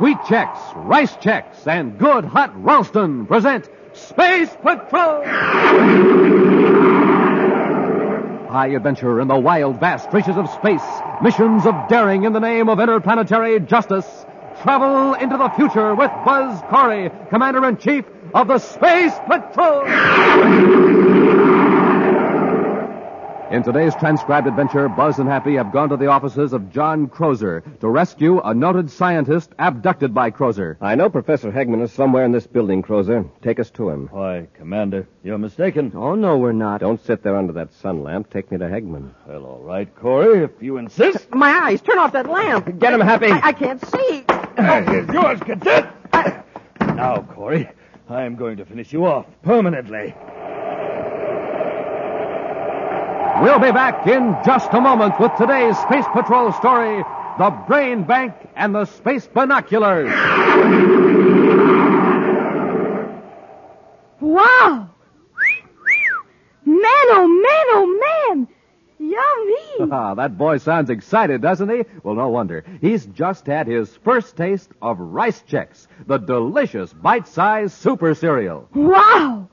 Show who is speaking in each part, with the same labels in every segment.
Speaker 1: Wheat checks, rice checks, and good hot Ralston present Space Patrol! High adventure in the wild, vast reaches of space, missions of daring in the name of interplanetary justice. Travel into the future with Buzz Corey, Commander in Chief of the Space Patrol! In today's transcribed adventure, Buzz and Happy have gone to the offices of John Crozer to rescue a noted scientist abducted by Crozer.
Speaker 2: I know Professor Hegman is somewhere in this building, Crozer. Take us to him.
Speaker 3: Why, Commander, you're mistaken.
Speaker 2: Oh, no, we're not. Don't sit there under that sun lamp. Take me to Hegman.
Speaker 3: Well, all right, Corey, if you insist.
Speaker 4: My eyes, turn off that lamp.
Speaker 2: Get him, Happy.
Speaker 4: I, I can't see.
Speaker 3: It's yours, Cadet. Now, Corey, I am going to finish you off permanently.
Speaker 1: We'll be back in just a moment with today's Space Patrol story The Brain Bank and the Space Binoculars.
Speaker 5: Wow! Man, oh man, oh man! Yummy!
Speaker 1: Ah, that boy sounds excited, doesn't he? Well, no wonder. He's just had his first taste of Rice Chex, the delicious bite-sized super cereal.
Speaker 5: Wow!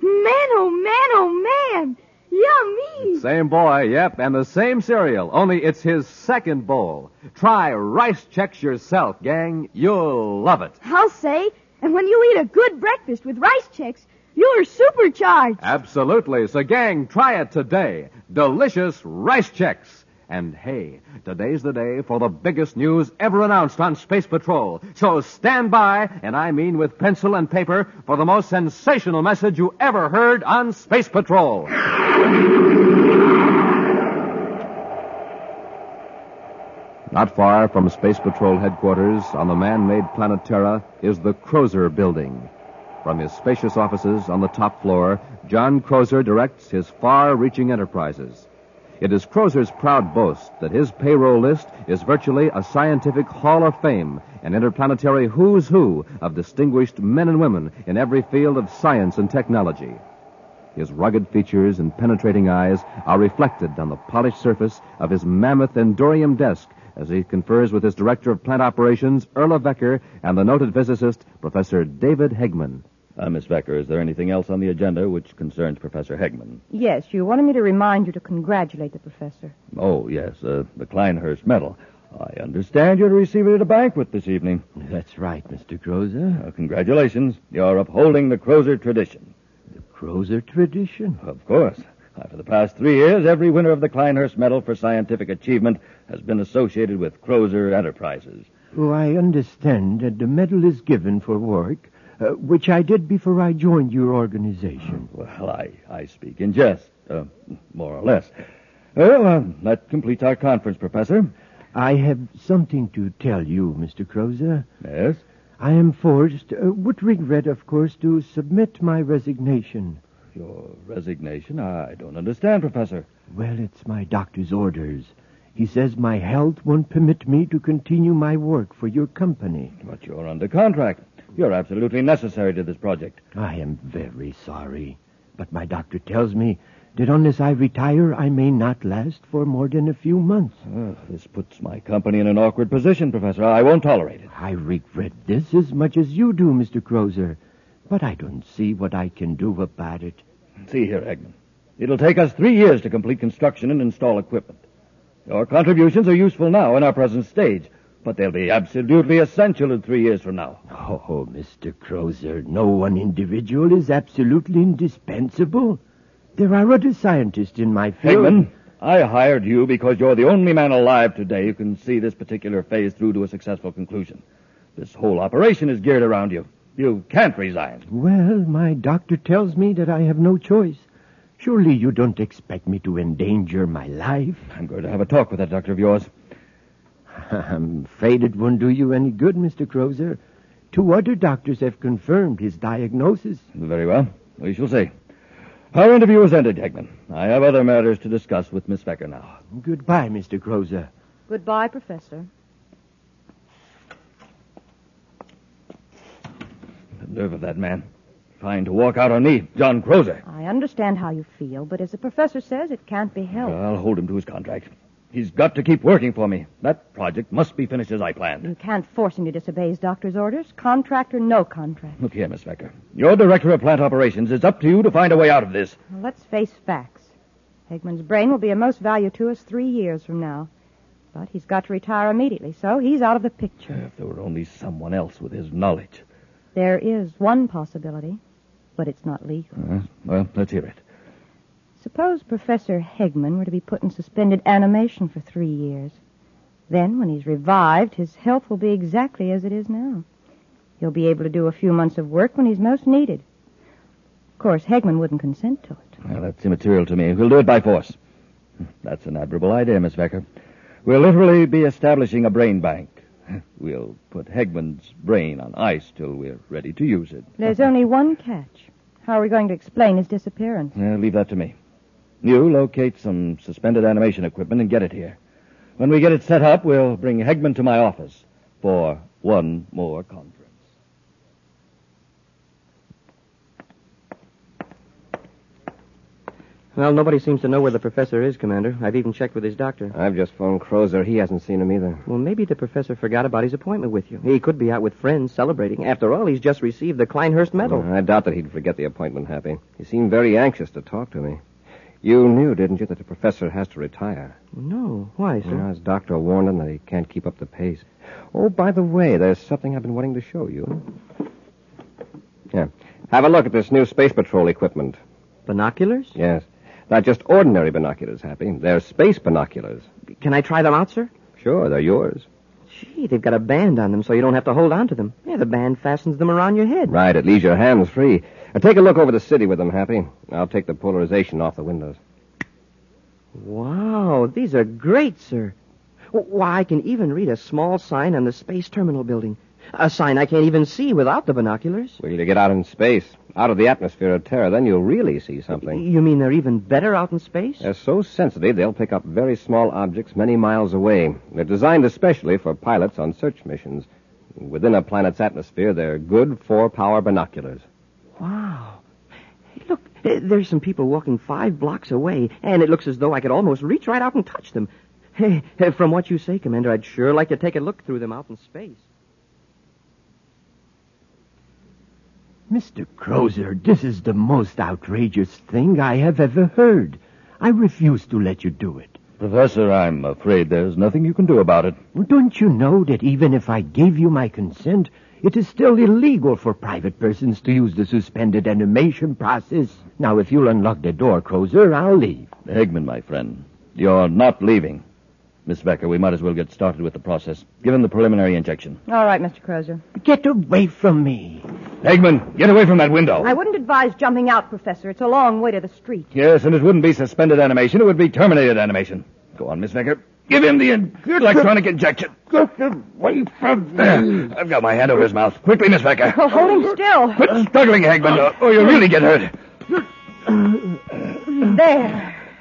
Speaker 5: Man, oh man, oh man! Yummy!
Speaker 1: Same boy, yep, and the same cereal, only it's his second bowl. Try Rice Chex yourself, gang. You'll love it.
Speaker 5: I'll say. And when you eat a good breakfast with rice checks, you're supercharged.
Speaker 1: Absolutely. So, gang, try it today. Delicious rice checks. And hey, today's the day for the biggest news ever announced on Space Patrol. So stand by, and I mean with pencil and paper, for the most sensational message you ever heard on Space Patrol. Not far from Space Patrol headquarters on the man-made planet Terra is the Crozer building. From his spacious offices on the top floor, John Crozer directs his far-reaching enterprises. It is Crozer's proud boast that his payroll list is virtually a scientific hall of fame, an interplanetary who's who of distinguished men and women in every field of science and technology. His rugged features and penetrating eyes are reflected on the polished surface of his mammoth Endurium desk as he confers with his director of plant operations, Erla Vecker, and the noted physicist, Professor David Hegman.
Speaker 3: Uh, Miss Becker, is there anything else on the agenda which concerns Professor Hegman?
Speaker 6: Yes, you wanted me to remind you to congratulate the professor.
Speaker 3: Oh, yes, uh, the Kleinhurst Medal. I understand you're to receive it at a banquet this evening.
Speaker 7: That's right, Mr. Crozer.
Speaker 3: Uh, congratulations. You're upholding the Crozer tradition.
Speaker 7: The Crozer tradition.
Speaker 3: Of course. Uh, for the past three years, every winner of the Kleinhurst Medal for Scientific Achievement has been associated with Crozer Enterprises.
Speaker 7: Oh, I understand that the medal is given for work, uh, which I did before I joined your organization.
Speaker 3: Well, I, I speak in jest, uh, more or less. Well, uh, that completes our conference, Professor.
Speaker 7: I have something to tell you, Mr. Crozer.
Speaker 3: Yes?
Speaker 7: I am forced, uh, with regret, of course, to submit my resignation.
Speaker 3: Your resignation? I don't understand, Professor.
Speaker 7: Well, it's my doctor's orders. He says my health won't permit me to continue my work for your company.
Speaker 3: But you're under contract. You're absolutely necessary to this project.
Speaker 7: I am very sorry, but my doctor tells me that unless I retire, I may not last for more than a few months.
Speaker 3: Uh, this puts my company in an awkward position, Professor. I won't tolerate it.
Speaker 7: I regret this as much as you do, Mr. Crozer, but I don't see what I can do about it.
Speaker 3: See here, Eggman. It'll take us three years to complete construction and install equipment. Your contributions are useful now in our present stage, but they'll be absolutely essential in three years from now.
Speaker 7: Oh, Mr. Crozer, no one individual is absolutely indispensable. There are other scientists in my field.
Speaker 3: Hegman, I hired you because you're the only man alive today who can see this particular phase through to a successful conclusion. This whole operation is geared around you. You can't resign.
Speaker 7: Well, my doctor tells me that I have no choice. Surely you don't expect me to endanger my life.
Speaker 3: I'm going to have a talk with that doctor of yours.
Speaker 7: I'm afraid it won't do you any good, Mr. Crozer. Two other doctors have confirmed his diagnosis.
Speaker 3: Very well. We shall see. Our interview is ended, Hegman. I have other matters to discuss with Miss Becker now.
Speaker 7: Goodbye, Mr. Crozer.
Speaker 6: Goodbye, professor.
Speaker 3: The nerve of that man. Trying to walk out on me, John Crozer.
Speaker 6: I understand how you feel, but as the professor says, it can't be helped.
Speaker 3: I'll hold him to his contract.
Speaker 1: He's got to keep working for me. That project must be finished as I planned.
Speaker 6: You can't force him to disobey his doctor's orders, contract or no contract.
Speaker 1: Look here, Miss Becker. You're director of plant operations. It's up to you to find a way out of this.
Speaker 6: Now, let's face facts. Hegman's brain will be of most value to us three years from now. But he's got to retire immediately, so he's out of the picture.
Speaker 1: If there were only someone else with his knowledge.
Speaker 6: There is one possibility, but it's not legal.
Speaker 1: Uh, well, let's hear it.
Speaker 6: Suppose Professor Hegman were to be put in suspended animation for three years. Then, when he's revived, his health will be exactly as it is now. He'll be able to do a few months of work when he's most needed. Of course, Hegman wouldn't consent to it.
Speaker 1: Well, that's immaterial to me. We'll do it by force. That's an admirable idea, Miss Becker. We'll literally be establishing a brain bank. We'll put Hegman's brain on ice till we're ready to use it.
Speaker 6: There's only one catch. How are we going to explain his disappearance?
Speaker 1: Yeah, leave that to me. You locate some suspended animation equipment and get it here. When we get it set up, we'll bring Hegman to my office for one more conference.
Speaker 2: Well, nobody seems to know where the professor is, Commander. I've even checked with his doctor.
Speaker 7: I've just phoned Crozer. He hasn't seen him either.
Speaker 2: Well, maybe the professor forgot about his appointment with you. He could be out with friends celebrating. After all, he's just received the Kleinhurst Medal.
Speaker 7: I doubt that he'd forget the appointment, Happy. He seemed very anxious to talk to me. You knew, didn't you, that the professor has to retire?
Speaker 2: No. Why,
Speaker 1: Hmm?
Speaker 7: You know, his doctor warned him that he can't keep up the pace. Oh, by the way, there's something I've been wanting to show you. Yeah. Have a look at this new Space Patrol equipment.
Speaker 2: Binoculars?
Speaker 7: Yes. Not just ordinary binoculars, Happy. They're space binoculars.
Speaker 2: Can I try them out, sir?
Speaker 7: Sure, they're yours.
Speaker 2: Gee, they've got a band on them so you don't have to hold on to them. Yeah, the band fastens them around your head.
Speaker 7: Right, it leaves your hands free. Now, take a look over the city with them, Happy. I'll take the polarization off the windows.
Speaker 2: Wow, these are great, sir. W- Why, I can even read a small sign on the space terminal building. A sign I can't even see without the binoculars.
Speaker 7: Wait till you get out in space, out of the atmosphere of Terra, then you'll really see something.
Speaker 2: You mean they're even better out in space?
Speaker 7: They're so sensitive, they'll pick up very small objects many miles away. They're designed especially for pilots on search missions. Within a planet's atmosphere, they're good four-power binoculars.
Speaker 2: Wow. Hey, look, eh, there's some people walking five blocks away, and it looks as though I could almost reach right out and touch them. Hey, eh, from what you say, Commander, I'd sure like to take a look through them out in space.
Speaker 7: Mr. Crozer, this is the most outrageous thing I have ever heard. I refuse to let you do it.
Speaker 1: Professor, I'm afraid there's nothing you can do about it.
Speaker 7: Don't you know that even if I gave you my consent, it is still illegal for private persons to use the suspended animation process? Now, if you'll unlock the door, Crozer, I'll leave.
Speaker 1: Hegman, my friend, you're not leaving. Miss Becker, we might as well get started with the process. Give him the preliminary injection.
Speaker 6: All right, Mr. Crozer.
Speaker 7: Get away from me.
Speaker 1: Hegman, get away from that window.
Speaker 6: I wouldn't advise jumping out, Professor. It's a long way to the street.
Speaker 1: Yes, and it wouldn't be suspended animation. It would be terminated animation. Go on, Miss Becker. Give him the in- electronic injection. Get away from there. I've got my hand over his mouth. Quickly, Miss Becker.
Speaker 6: Oh, hold him still.
Speaker 1: Quit struggling, Hagman, or, or you'll really get hurt.
Speaker 6: There.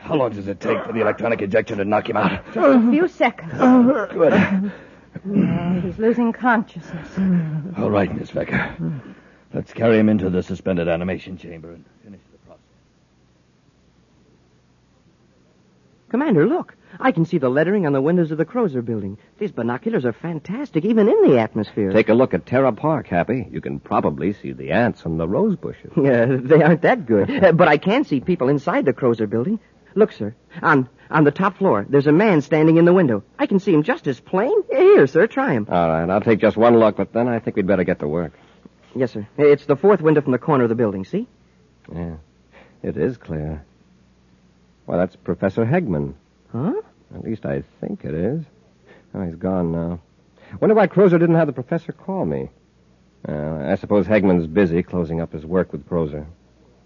Speaker 1: How long does it take for the electronic injection to knock him out?
Speaker 6: A few seconds.
Speaker 1: Good.
Speaker 6: He's losing consciousness.
Speaker 1: All right, Miss Becker. Let's carry him into the suspended animation chamber and finish the process.
Speaker 2: Commander, look. I can see the lettering on the windows of the Crozer building. These binoculars are fantastic, even in the atmosphere.
Speaker 7: Take a look at Terra Park, Happy. You can probably see the ants and the rose bushes.
Speaker 2: Yeah, they aren't that good. Uh, but I can see people inside the Crozer building. Look, sir. On on the top floor, there's a man standing in the window. I can see him just as plain. Here, sir, try him.
Speaker 7: All right, I'll take just one look, but then I think we'd better get to work.
Speaker 2: Yes, sir. It's the fourth window from the corner of the building, see?
Speaker 7: Yeah, it is clear. Well, that's Professor Hegman.
Speaker 2: Huh?
Speaker 7: At least I think it is. Oh, he's gone now. Wonder why Crozer didn't have the professor call me. Uh, I suppose Hegman's busy closing up his work with Crozer.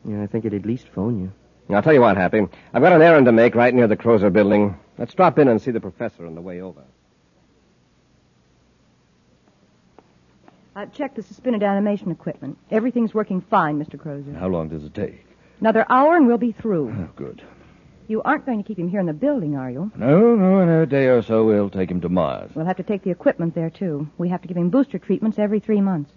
Speaker 2: Yeah, I think it'd at least phone you.
Speaker 7: I'll tell you what, Happy. I've got an errand to make right near the Crozer building. Let's drop in and see the professor on the way over.
Speaker 6: I've checked Uh, the suspended animation equipment. Everything's working fine, Mr. Crozer.
Speaker 1: How long does it take?
Speaker 6: Another hour and we'll be through.
Speaker 1: Oh, good.
Speaker 6: You aren't going to keep him here in the building, are you?
Speaker 1: No, no, in a day or so we'll take him to Mars.
Speaker 6: We'll have to take the equipment there, too. We have to give him booster treatments every three months.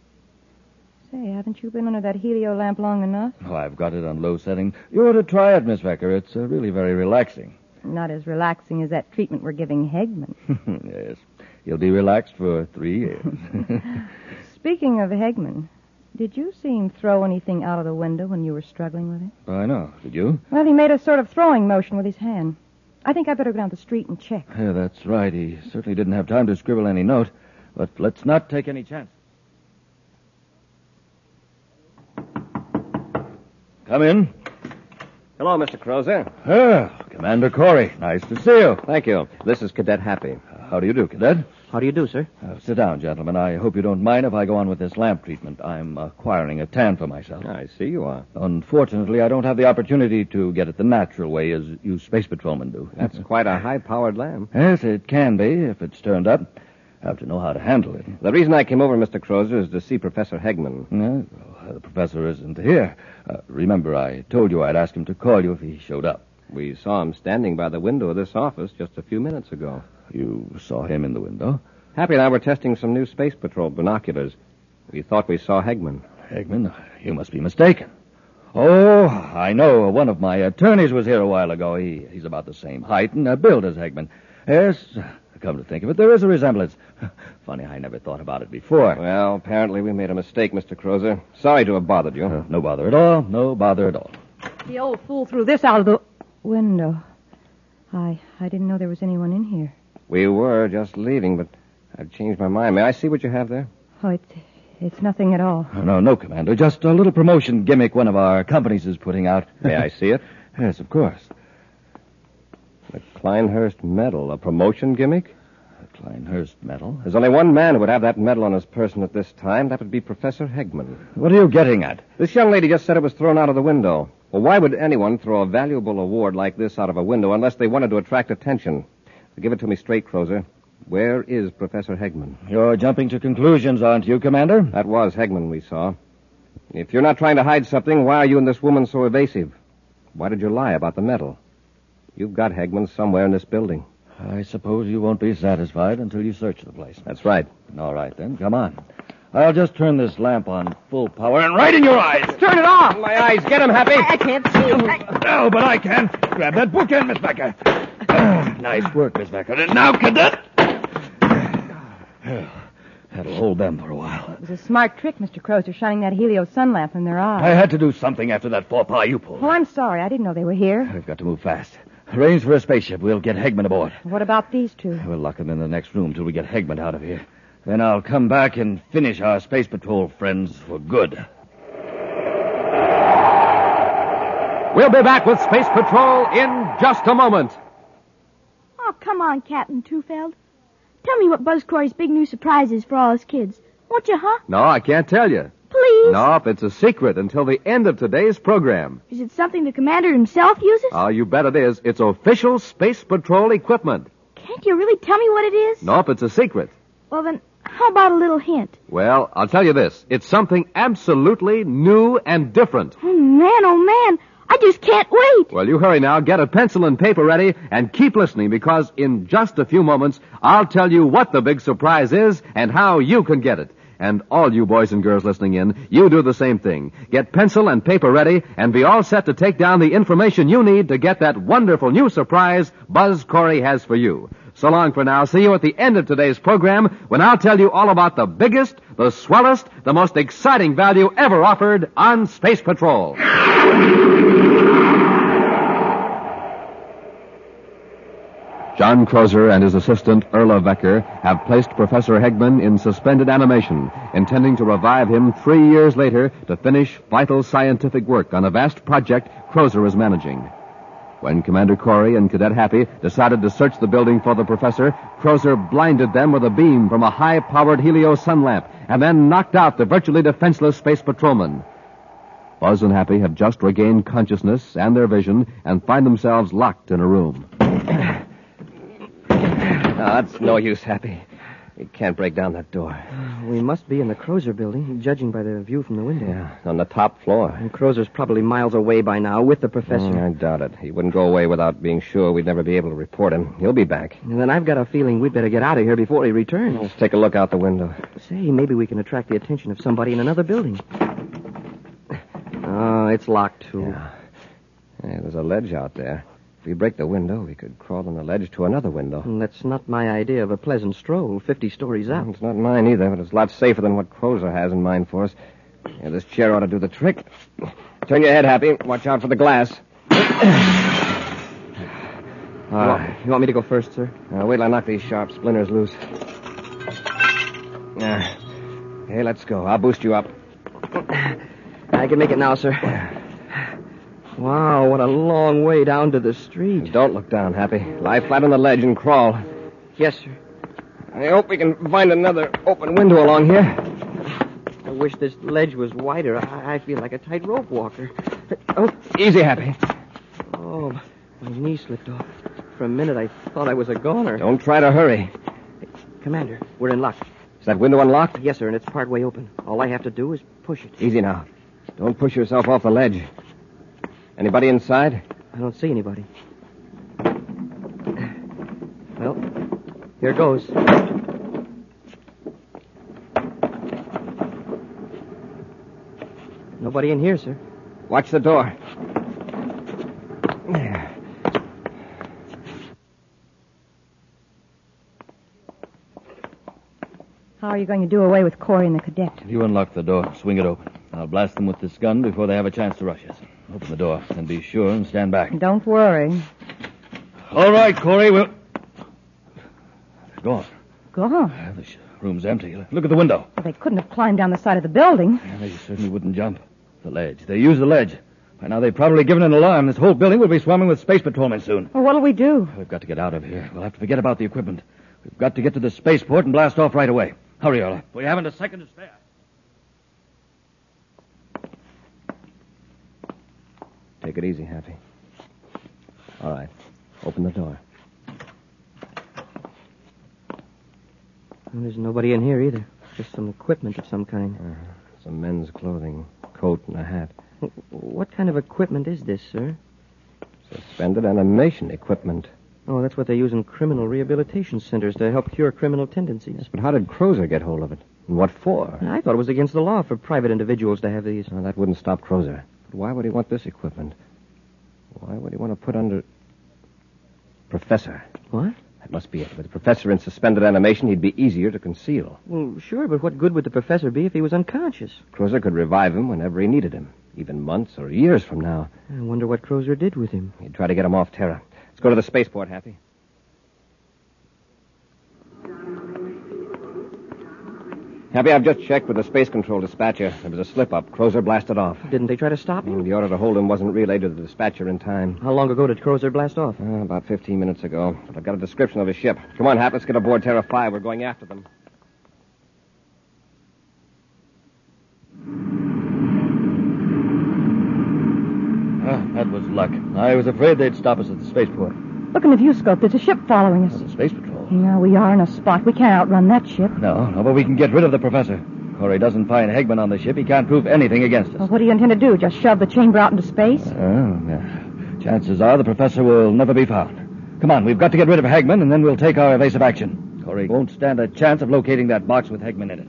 Speaker 6: Say, haven't you been under that helio lamp long enough?
Speaker 1: Oh, I've got it on low setting. You ought to try it, Miss Becker. It's uh, really very relaxing.
Speaker 6: Not as relaxing as that treatment we're giving Hegman.
Speaker 3: yes. He'll be relaxed for three years.
Speaker 6: Speaking of Hegman, did you see him throw anything out of the window when you were struggling with it?
Speaker 3: I know. Did you?
Speaker 6: Well, he made a sort of throwing motion with his hand. I think I better go down the street and check.
Speaker 3: Yeah, that's right. He certainly didn't have time to scribble any note. But let's not take any chances. Come in.
Speaker 1: Hello, Mr. Crozer.
Speaker 3: Oh, Commander Corey. Nice to see you.
Speaker 1: Thank you. This is Cadet Happy.
Speaker 3: How do you do, Cadet?
Speaker 2: How do you do, sir?
Speaker 3: Uh, sit down, gentlemen. I hope you don't mind if I go on with this lamp treatment. I'm acquiring a tan for myself.
Speaker 1: I see you are.
Speaker 3: Unfortunately, I don't have the opportunity to get it the natural way as you space patrolmen do.
Speaker 1: That's quite a high powered lamp.
Speaker 3: yes, it can be if it's turned up. Have to know how to handle it.
Speaker 1: The reason I came over, Mr. Crozer, is to see Professor Hegman.
Speaker 3: Yeah, well, uh, the professor isn't here. Uh, remember, I told you I'd ask him to call you if he showed up.
Speaker 1: We saw him standing by the window of this office just a few minutes ago.
Speaker 3: You saw him in the window.
Speaker 1: Happy and I were testing some new Space Patrol binoculars. We thought we saw Hegman.
Speaker 3: Hegman, you must be mistaken. Oh, I know. One of my attorneys was here a while ago. He, he's about the same height and uh, build as Hegman. Yes, come to think of it, there is a resemblance. Funny, I never thought about it before.
Speaker 1: Well, apparently we made a mistake, Mr. Crozer. Sorry to have bothered you.
Speaker 3: Uh, no bother at all. No bother at all.
Speaker 6: The old fool threw this out of the window. I I didn't know there was anyone in here.
Speaker 1: We were just leaving, but I've changed my mind. May I see what you have there?
Speaker 6: Oh, it's it's nothing at all.
Speaker 3: Uh, No, no, Commander. Just a little promotion gimmick one of our companies is putting out.
Speaker 1: May I see it?
Speaker 3: Yes, of course.
Speaker 1: The Kleinhurst medal, a promotion gimmick?
Speaker 3: A Kleinhurst medal.
Speaker 1: There's only one man who would have that medal on his person at this time. That would be Professor Hegman.
Speaker 3: What are you getting at?
Speaker 1: This young lady just said it was thrown out of the window. Well, why would anyone throw a valuable award like this out of a window unless they wanted to attract attention? Give it to me straight, Crozer. Where is Professor Hegman?
Speaker 3: You're jumping to conclusions, aren't you, Commander?
Speaker 1: That was Hegman we saw. If you're not trying to hide something, why are you and this woman so evasive? Why did you lie about the medal? You've got Hegman somewhere in this building.
Speaker 3: I suppose you won't be satisfied until you search the place.
Speaker 1: That's right.
Speaker 3: All right, then. Come on. I'll just turn this lamp on full power and right in your eyes.
Speaker 4: Turn it off.
Speaker 1: My eyes, get him, Happy!
Speaker 4: I can't see. I-
Speaker 3: No, Oh, but I can. Grab that bookend, Miss Becker. Ah, nice work, Miss Becker. And now, cadet. That'll hold them for a while.
Speaker 6: It was a smart trick, Mr. Crozer, shining that helio sun lamp in their
Speaker 3: I
Speaker 6: eyes.
Speaker 3: had to do something after that faux pas you pulled.
Speaker 6: Oh, I'm sorry. I didn't know they were here.
Speaker 3: We've got to move fast. Arrange for a spaceship. We'll get Hegman aboard.
Speaker 6: What about these two?
Speaker 3: We'll lock him in the next room till we get Hegman out of here. Then I'll come back and finish our space patrol friends for good.
Speaker 1: We'll be back with Space Patrol in just a moment.
Speaker 5: Oh, come on, Captain Tufeld. Tell me what Buzz Corey's big new surprise is for all us kids. Won't you, huh?
Speaker 1: No, I can't tell you.
Speaker 5: Please?
Speaker 1: Nope, it's a secret until the end of today's program.
Speaker 5: Is it something the commander himself uses?
Speaker 1: Oh, you bet it is. It's official Space Patrol equipment.
Speaker 5: Can't you really tell me what it is?
Speaker 1: Nope, it's a secret.
Speaker 5: Well, then, how about a little hint?
Speaker 1: Well, I'll tell you this. It's something absolutely new and different.
Speaker 5: Oh, man, oh, man. I just can't wait.
Speaker 1: Well, you hurry now, get a pencil and paper ready, and keep listening because in just a few moments, I'll tell you what the big surprise is and how you can get it. And all you boys and girls listening in, you do the same thing. Get pencil and paper ready and be all set to take down the information you need to get that wonderful new surprise Buzz Corey has for you. So long for now. See you at the end of today's program when I'll tell you all about the biggest, the swellest, the most exciting value ever offered on Space Patrol. John Crozer and his assistant, Erla Vecker, have placed Professor Hegman in suspended animation, intending to revive him three years later to finish vital scientific work on a vast project Crozer is managing. When Commander Corey and Cadet Happy decided to search the building for the professor, Crozer blinded them with a beam from a high-powered helio sun lamp and then knocked out the virtually defenseless space patrolman. Buzz and Happy have just regained consciousness and their vision and find themselves locked in a room. Oh,
Speaker 2: that's no use, Happy.
Speaker 1: You can't break down that door.
Speaker 2: We must be in the Crozer building, judging by the view from the window.
Speaker 1: Yeah, on the top floor.
Speaker 2: And Crozer's probably miles away by now with the professor.
Speaker 1: I doubt it. He wouldn't go away without being sure we'd never be able to report him. He'll be back.
Speaker 2: And then I've got a feeling we'd better get out of here before he returns.
Speaker 1: Let's take a look out the window.
Speaker 2: Say, maybe we can attract the attention of somebody in another building. Oh, it's locked, too.
Speaker 1: Yeah, there's a ledge out there. we break the window, we could crawl on the ledge to another window.
Speaker 2: That's not my idea of a pleasant stroll, 50 stories up.
Speaker 1: It's not mine either, but it's a lot safer than what Crozer has in mind for us. Yeah, this chair ought to do the trick. Turn your head, Happy. Watch out for the glass. All right.
Speaker 2: You want me to go first, sir?
Speaker 1: Now, wait till I knock these sharp splinters loose. Yeah. Hey, let's go. I'll boost you up.
Speaker 2: I can make it now, sir. Wow, what a long way down to the street.
Speaker 1: Don't look down, Happy. Lie flat on the ledge and crawl.
Speaker 2: Yes, sir.
Speaker 1: I hope we can find another open window along here.
Speaker 2: I wish this ledge was wider. I, I feel like a tightrope walker.
Speaker 1: Oh, easy, Happy.
Speaker 2: Oh, my knee slipped off. For a minute, I thought I was a goner.
Speaker 1: Don't try to hurry.
Speaker 2: Commander, we're in luck.
Speaker 1: Is that window unlocked?
Speaker 2: Yes, sir, and it's part way open. All I have to do is push it.
Speaker 1: Easy now. Don't push yourself off the ledge. Anybody inside?
Speaker 2: I don't see anybody. Well, here goes. Nobody in here, sir.
Speaker 1: Watch the door. There.
Speaker 6: How are you going to do away with Corey and the cadet?
Speaker 7: You unlock the door, swing it open. I'll blast them with this gun before they have a chance to rush us. Open the door, and be sure and stand back.
Speaker 6: Don't worry.
Speaker 7: All right, Corey, we'll. They're gone.
Speaker 6: Gone.
Speaker 7: Well, Uh, This room's empty. Look at the window.
Speaker 6: Well, they couldn't have climbed down the side of the building.
Speaker 7: Yeah, They certainly wouldn't jump. The ledge. They used the ledge. By now, they've probably given an alarm. This whole building will be swarming with space patrolmen soon.
Speaker 6: Well, what'll we do?
Speaker 7: We've got to get out of here. We'll have to forget about the equipment. We've got to get to the spaceport and blast off right away. Hurry, Orla. We haven't a second to spare.
Speaker 1: Take it easy, Happy. All right. Open the door.
Speaker 2: And there's nobody in here either. Just some equipment of some kind.
Speaker 1: Some men's clothing, coat, and a hat.
Speaker 2: Wh- What kind of equipment is this, sir?
Speaker 1: Suspended animation equipment.
Speaker 2: Oh, that's what they use in criminal rehabilitation centers to help cure criminal tendencies.
Speaker 1: But how did Crozer get hold of it? And what for?
Speaker 2: I thought it was against the law for private individuals to have these.
Speaker 1: Well, that wouldn't stop Crozer. But why would he want this equipment? Why would he want to put under. Professor.
Speaker 2: What?
Speaker 1: That must be it. With a professor in suspended animation, he'd be easier to conceal.
Speaker 2: Well, sure, but what good would the professor be if he was unconscious?
Speaker 1: Crozer could revive him whenever he needed him, even months or years from now.
Speaker 2: I wonder what Crozer did with him.
Speaker 1: He'd try to get him off Terra. Let's go to the spaceport, Happy. Happy, I've just checked with the space control dispatcher. There was a slip up. Crozer blasted off.
Speaker 2: Didn't they try to stop him?
Speaker 1: And the order to hold him wasn't relayed to the dispatcher in time.
Speaker 2: How long ago did Crozer blast off?
Speaker 1: Uh, about 15 minutes ago. But I've got a description of his ship. Come on, Hap, let's get aboard Terra 5. We're going after them.
Speaker 7: Ah, that was luck. I was afraid they'd stop us at the spaceport.
Speaker 6: Look in the viewscope. There's a ship following us.
Speaker 7: Not the space patrol.
Speaker 6: Now we are in a spot. We can't outrun that ship.
Speaker 7: No, no, but we can get rid of the professor. Corey doesn't find Hegman on the ship. He can't prove anything against us.
Speaker 6: Well, what do you intend to do? Just shove the chamber out into space?
Speaker 7: Oh, yeah. Chances are the professor will never be found. Come on, we've got to get rid of Hagman, and then we'll take our evasive action. Corey won't stand a chance of locating that box with Hagman in it.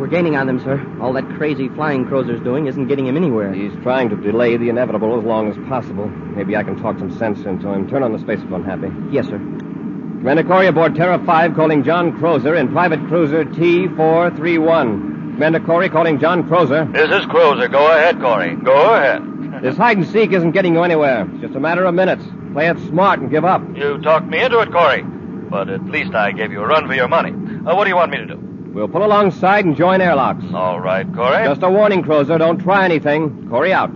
Speaker 2: We're gaining on them, sir. All that crazy flying Crozer's doing isn't getting him anywhere.
Speaker 1: He's trying to delay the inevitable as long as possible. Maybe I can talk some sense into him. Turn on the space phone, Happy.
Speaker 2: Yes, sir.
Speaker 1: Commander Corey aboard Terra 5 calling John Crozer in private cruiser T431. Commander Corey calling John Crozer.
Speaker 8: This is Cruiser. Go ahead, Corey. Go ahead.
Speaker 1: This hide and seek isn't getting you anywhere. It's just a matter of minutes. Play it smart and give up.
Speaker 8: You talked me into it, Corey. But at least I gave you a run for your money. Uh, what do you want me to do?
Speaker 1: We'll pull alongside and join airlocks.
Speaker 8: All right, Corey.
Speaker 1: Just a warning, Crozer. Don't try anything. Corey out.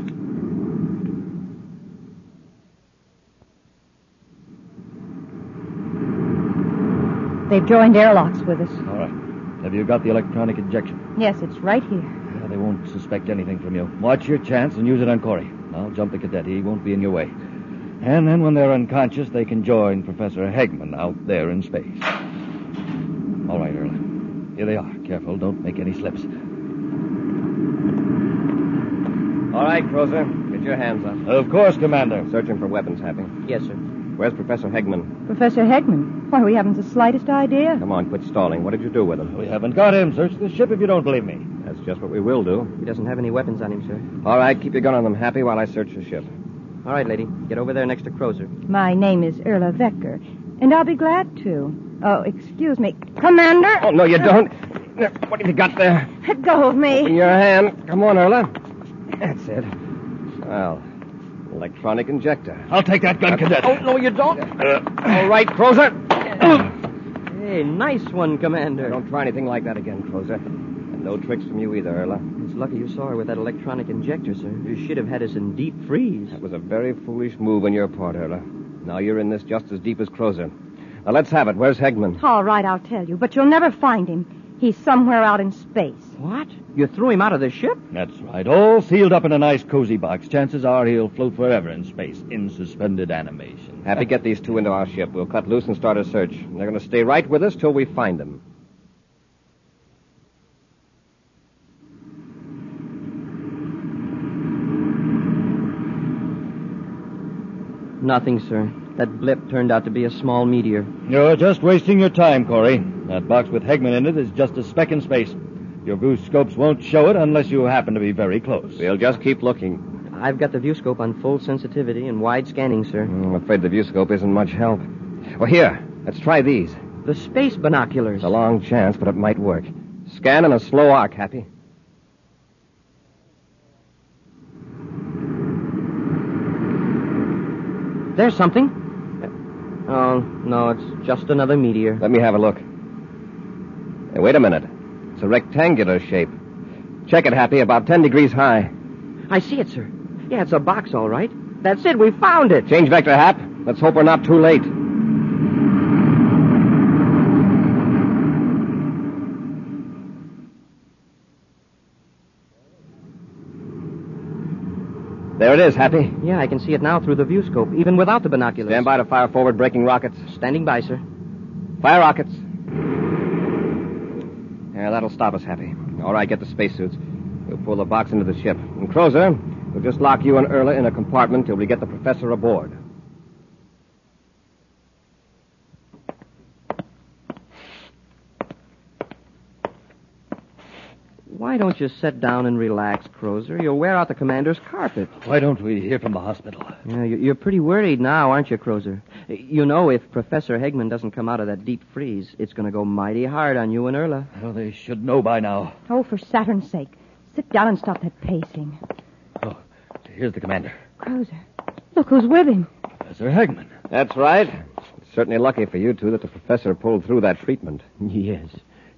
Speaker 6: They've joined airlocks with us.
Speaker 7: All right. Have you got the electronic injection?
Speaker 6: Yes, it's right here.
Speaker 7: Yeah, they won't suspect anything from you. Watch your chance and use it on Corey. I'll jump the cadet. He won't be in your way. And then when they're unconscious, they can join Professor Hagman out there in space. All right, Earl. Here they are. Careful. Don't make any slips.
Speaker 1: All right, Crozer. Get your hands up.
Speaker 7: Of course, Commander.
Speaker 1: Searching for weapons, Happy.
Speaker 2: Yes, sir.
Speaker 1: Where's Professor Hegman?
Speaker 6: Professor Hegman. Why, we haven't the slightest idea.
Speaker 1: Come on, quit stalling. What did you do with him?
Speaker 7: We haven't got him. Search the ship if you don't believe me.
Speaker 1: As That's just what we will do.
Speaker 2: He doesn't have any weapons on him, sir.
Speaker 1: All right, keep your gun on them, Happy, while I search the ship.
Speaker 2: All right, lady. Get over there next to Crozer.
Speaker 6: My name is Erla Vecker, and I'll be glad to. Oh, excuse me. Commander?
Speaker 1: Oh, no, you don't. What have you got there?
Speaker 6: Let go of me.
Speaker 1: In your hand. Come on, Erla. That's it. Well, electronic injector.
Speaker 3: I'll take that gun, Cadet.
Speaker 2: Oh, no, you don't.
Speaker 1: Uh, all right, Crozer.
Speaker 2: Hey, nice one, Commander.
Speaker 1: Don't try anything like that again, Crozer. And no tricks from you either, Erla.
Speaker 2: It's lucky you saw her with that electronic injector, sir. You should have had us in deep freeze.
Speaker 1: That was a very foolish move on your part, Erla. Now you're in this just as deep as Crozer. Now let's have it. Where's Hegman?
Speaker 6: All right, I'll tell you, but you'll never find him. He's somewhere out in space.
Speaker 2: What? You threw him out of the ship?
Speaker 3: That's right. All sealed up in a nice cozy box. Chances are he'll float forever in space in suspended animation.
Speaker 1: Happy, get these two into our ship. We'll cut loose and start a search. They're going to stay right with us till we find them.
Speaker 2: Nothing, sir. That blip turned out to be a small meteor.
Speaker 3: You're just wasting your time, Corey. That box with Hegman in it is just a speck in space. Your view scopes won't show it unless you happen to be very close.
Speaker 1: We'll just keep looking.
Speaker 2: I've got the view scope on full sensitivity and wide scanning, sir.
Speaker 1: Hmm, I'm afraid the view scope isn't much help. Well, here, let's try these.
Speaker 2: The space binoculars. It's
Speaker 1: a long chance, but it might work. Scan in a slow arc, Happy.
Speaker 2: There's something. Oh, no, it's just another meteor.
Speaker 1: Let me have a look. Hey, wait a minute. It's a rectangular shape. Check it, Happy, about 10 degrees high.
Speaker 2: I see it, sir. Yeah, it's a box, all right. That's it, we found it.
Speaker 1: Change vector, Hap. Let's hope we're not too late. There it is, Happy.
Speaker 2: Yeah, I can see it now through the view scope, even without the binoculars.
Speaker 1: Stand by to fire forward braking rockets.
Speaker 2: Standing by, sir.
Speaker 1: Fire rockets. Yeah, that'll stop us, Happy. All right, get the spacesuits. We'll pull the box into the ship. And Crozer, we'll just lock you and Erla in a compartment till we get the professor aboard.
Speaker 2: Why don't you sit down and relax, Crozer? You'll wear out the commander's carpet.
Speaker 3: Why don't we hear from the hospital?
Speaker 2: Yeah, you're pretty worried now, aren't you, Crozer? You know, if Professor Hegman doesn't come out of that deep freeze, it's going to go mighty hard on you and Erla.
Speaker 3: Well, they should know by now.
Speaker 6: Oh, for Saturn's sake. Sit down and stop that pacing.
Speaker 3: Oh, here's the commander.
Speaker 6: Crozer, look who's with him.
Speaker 3: Professor Hegman.
Speaker 1: That's right. It's certainly lucky for you two that the professor pulled through that treatment.
Speaker 7: Yes.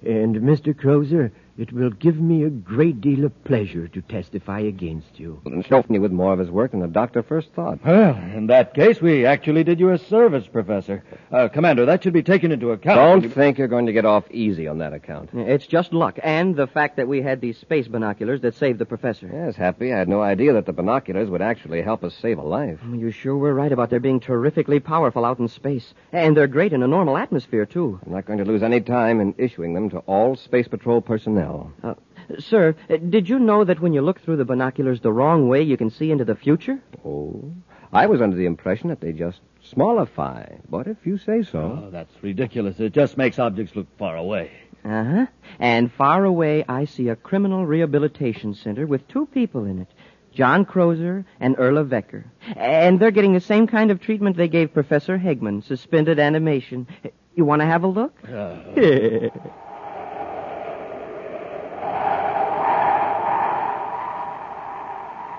Speaker 7: And, Mr. Crozer, it will give me a great deal of pleasure to testify against you.
Speaker 1: And show me with more of his work than the doctor first thought.
Speaker 3: Well, in that case, we actually did you a service, Professor. Uh, Commander, that should be taken into account.
Speaker 1: Don't you... think you're going to get off easy on that account.
Speaker 2: It's just luck, and the fact that we had these space binoculars that saved the Professor.
Speaker 1: Yes, Happy. I had no idea that the binoculars would actually help us save a life.
Speaker 2: You sure were right about their being terrifically powerful out in space. And they're great in a normal atmosphere, too.
Speaker 1: I'm not going to lose any time in issuing them to all Space Patrol personnel.
Speaker 2: Uh, sir, did you know that when you look through the binoculars the wrong way, you can see into the future?
Speaker 1: Oh, I was under the impression that they just smallify. But if you say so.
Speaker 3: Oh, that's ridiculous. It just makes objects look far away.
Speaker 2: Uh huh. And far away, I see a criminal rehabilitation center with two people in it. John Crozer and Erla Vecker. And they're getting the same kind of treatment they gave Professor Hegman, suspended animation. You want to have a look?
Speaker 3: Uh.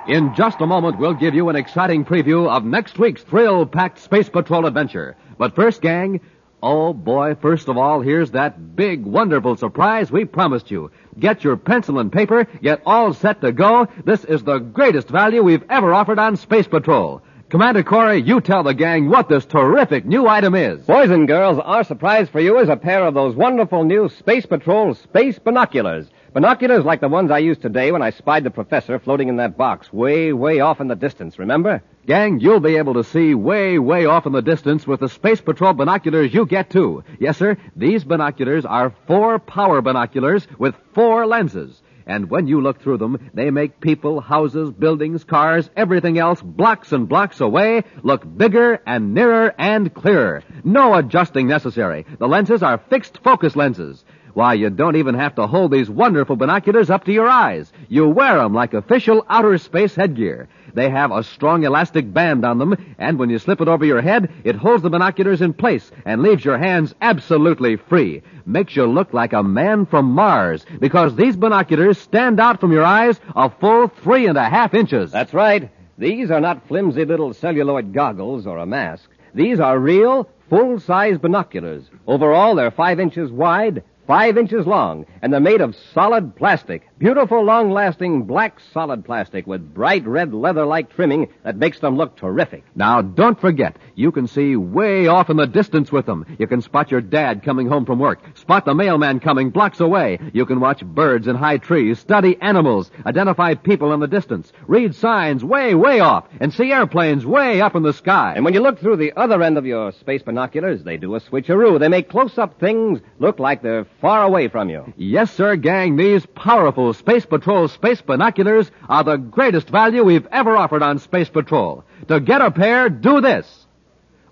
Speaker 1: In just a moment, we'll give you an exciting preview of next week's thrill packed Space Patrol adventure. But first, gang, oh boy, first of all, here's that big, wonderful surprise we promised you. Get your pencil and paper, get all set to go. This is the greatest value we've ever offered on Space Patrol. Commander Corey, you tell the gang what this terrific new item is. Boys and girls, our surprise for you is a pair of those wonderful new Space Patrol space binoculars. Binoculars like the ones I used today when I spied the professor floating in that box way, way off in the distance, remember? Gang, you'll be able to see way, way off in the distance with the Space Patrol binoculars you get too. Yes, sir, these binoculars are four power binoculars with four lenses. And when you look through them, they make people, houses, buildings, cars, everything else blocks and blocks away look bigger and nearer and clearer. No adjusting necessary. The lenses are fixed focus lenses. Why, you don't even have to hold these wonderful binoculars up to your eyes. You wear them like official outer space headgear. They have a strong elastic band on them, and when you slip it over your head, it holds the binoculars in place and leaves your hands absolutely free. Makes you look like a man from Mars, because these binoculars stand out from your eyes a full three and a half inches.
Speaker 9: That's right. These are not flimsy little celluloid goggles or a mask. These are real, full-size binoculars. Overall, they're five inches wide, five inches long, and they're made of solid plastic. Beautiful, long-lasting black solid plastic with bright red leather-like trimming that makes them look terrific.
Speaker 1: Now, don't forget, you can see way off in the distance with them. You can spot your dad coming home from work, spot the mailman coming blocks away. You can watch birds in high trees, study animals, identify people in the distance, read signs way, way off, and see airplanes way up in the sky.
Speaker 9: And when you look through the other end of your space binoculars, they do a switcheroo. They make close-up things look like they're far away from you.
Speaker 1: Yes, sir, gang. These powerful Space Patrol space binoculars are the greatest value we've ever offered on Space Patrol. To get a pair, do this.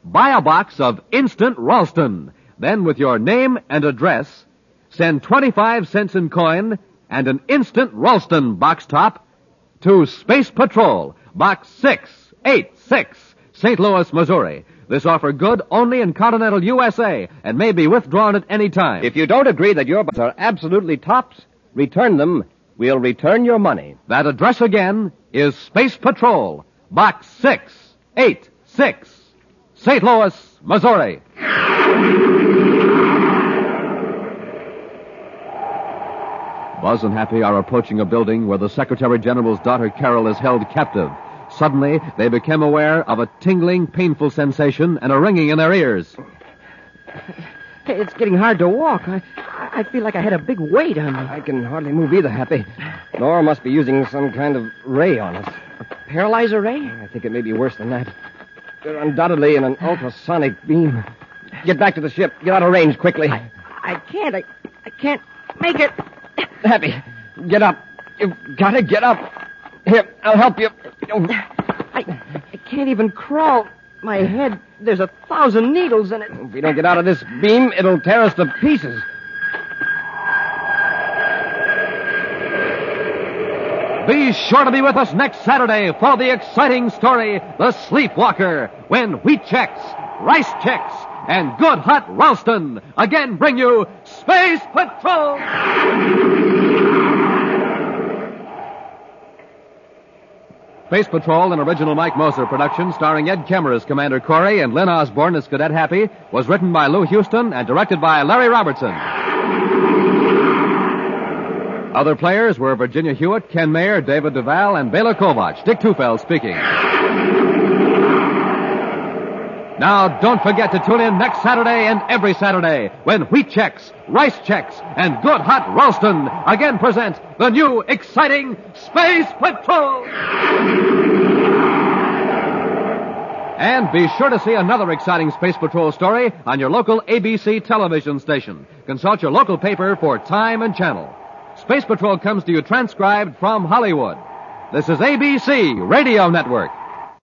Speaker 1: Buy a box of Instant Ralston. Then with your name and address, send 25 cents in coin and an Instant Ralston box top to Space Patrol, Box 686, St. Louis, Missouri. This offer good only in continental USA and may be withdrawn at any time.
Speaker 9: If you don't agree that your bucks are absolutely tops, return them. We'll return your money.
Speaker 1: That address again is Space Patrol, Box 686, St. Louis, Missouri. Buzz and Happy are approaching a building where the Secretary General's daughter Carol is held captive. Suddenly, they became aware of a tingling, painful sensation and a ringing in their ears.
Speaker 2: It's getting hard to walk. I, I feel like I had a big weight on me.
Speaker 9: I can hardly move either, Happy. Nora must be using some kind of ray on us.
Speaker 2: A paralyzer ray?
Speaker 9: I think it may be worse than that. They're undoubtedly in an ultrasonic beam. Get back to the ship. Get out of range quickly.
Speaker 2: I, I can't. I, I can't make it.
Speaker 9: Happy, get up. You've got to get up. Here, I'll help you.
Speaker 2: I, I can't even crawl. My head, there's a thousand needles in it.
Speaker 9: If we don't get out of this beam, it'll tear us to pieces.
Speaker 1: Be sure to be with us next Saturday for the exciting story, The Sleepwalker, when wheat checks, rice checks, and good hot Ralston again bring you Space Patrol! Space Patrol, an original Mike Moser production starring Ed Kemmer as Commander Corey and Lynn Osborne as Cadet Happy, was written by Lou Houston and directed by Larry Robertson. Other players were Virginia Hewitt, Ken Mayer, David Duval, and Bela Kovach. Dick Tufeld speaking. Now, don't forget to tune in next Saturday and every Saturday when Wheat Checks, Rice Checks, and Good Hot Ralston again present the new exciting Space Patrol! And be sure to see another exciting Space Patrol story on your local ABC television station. Consult your local paper for time and channel. Space Patrol comes to you transcribed from Hollywood. This is ABC Radio Network.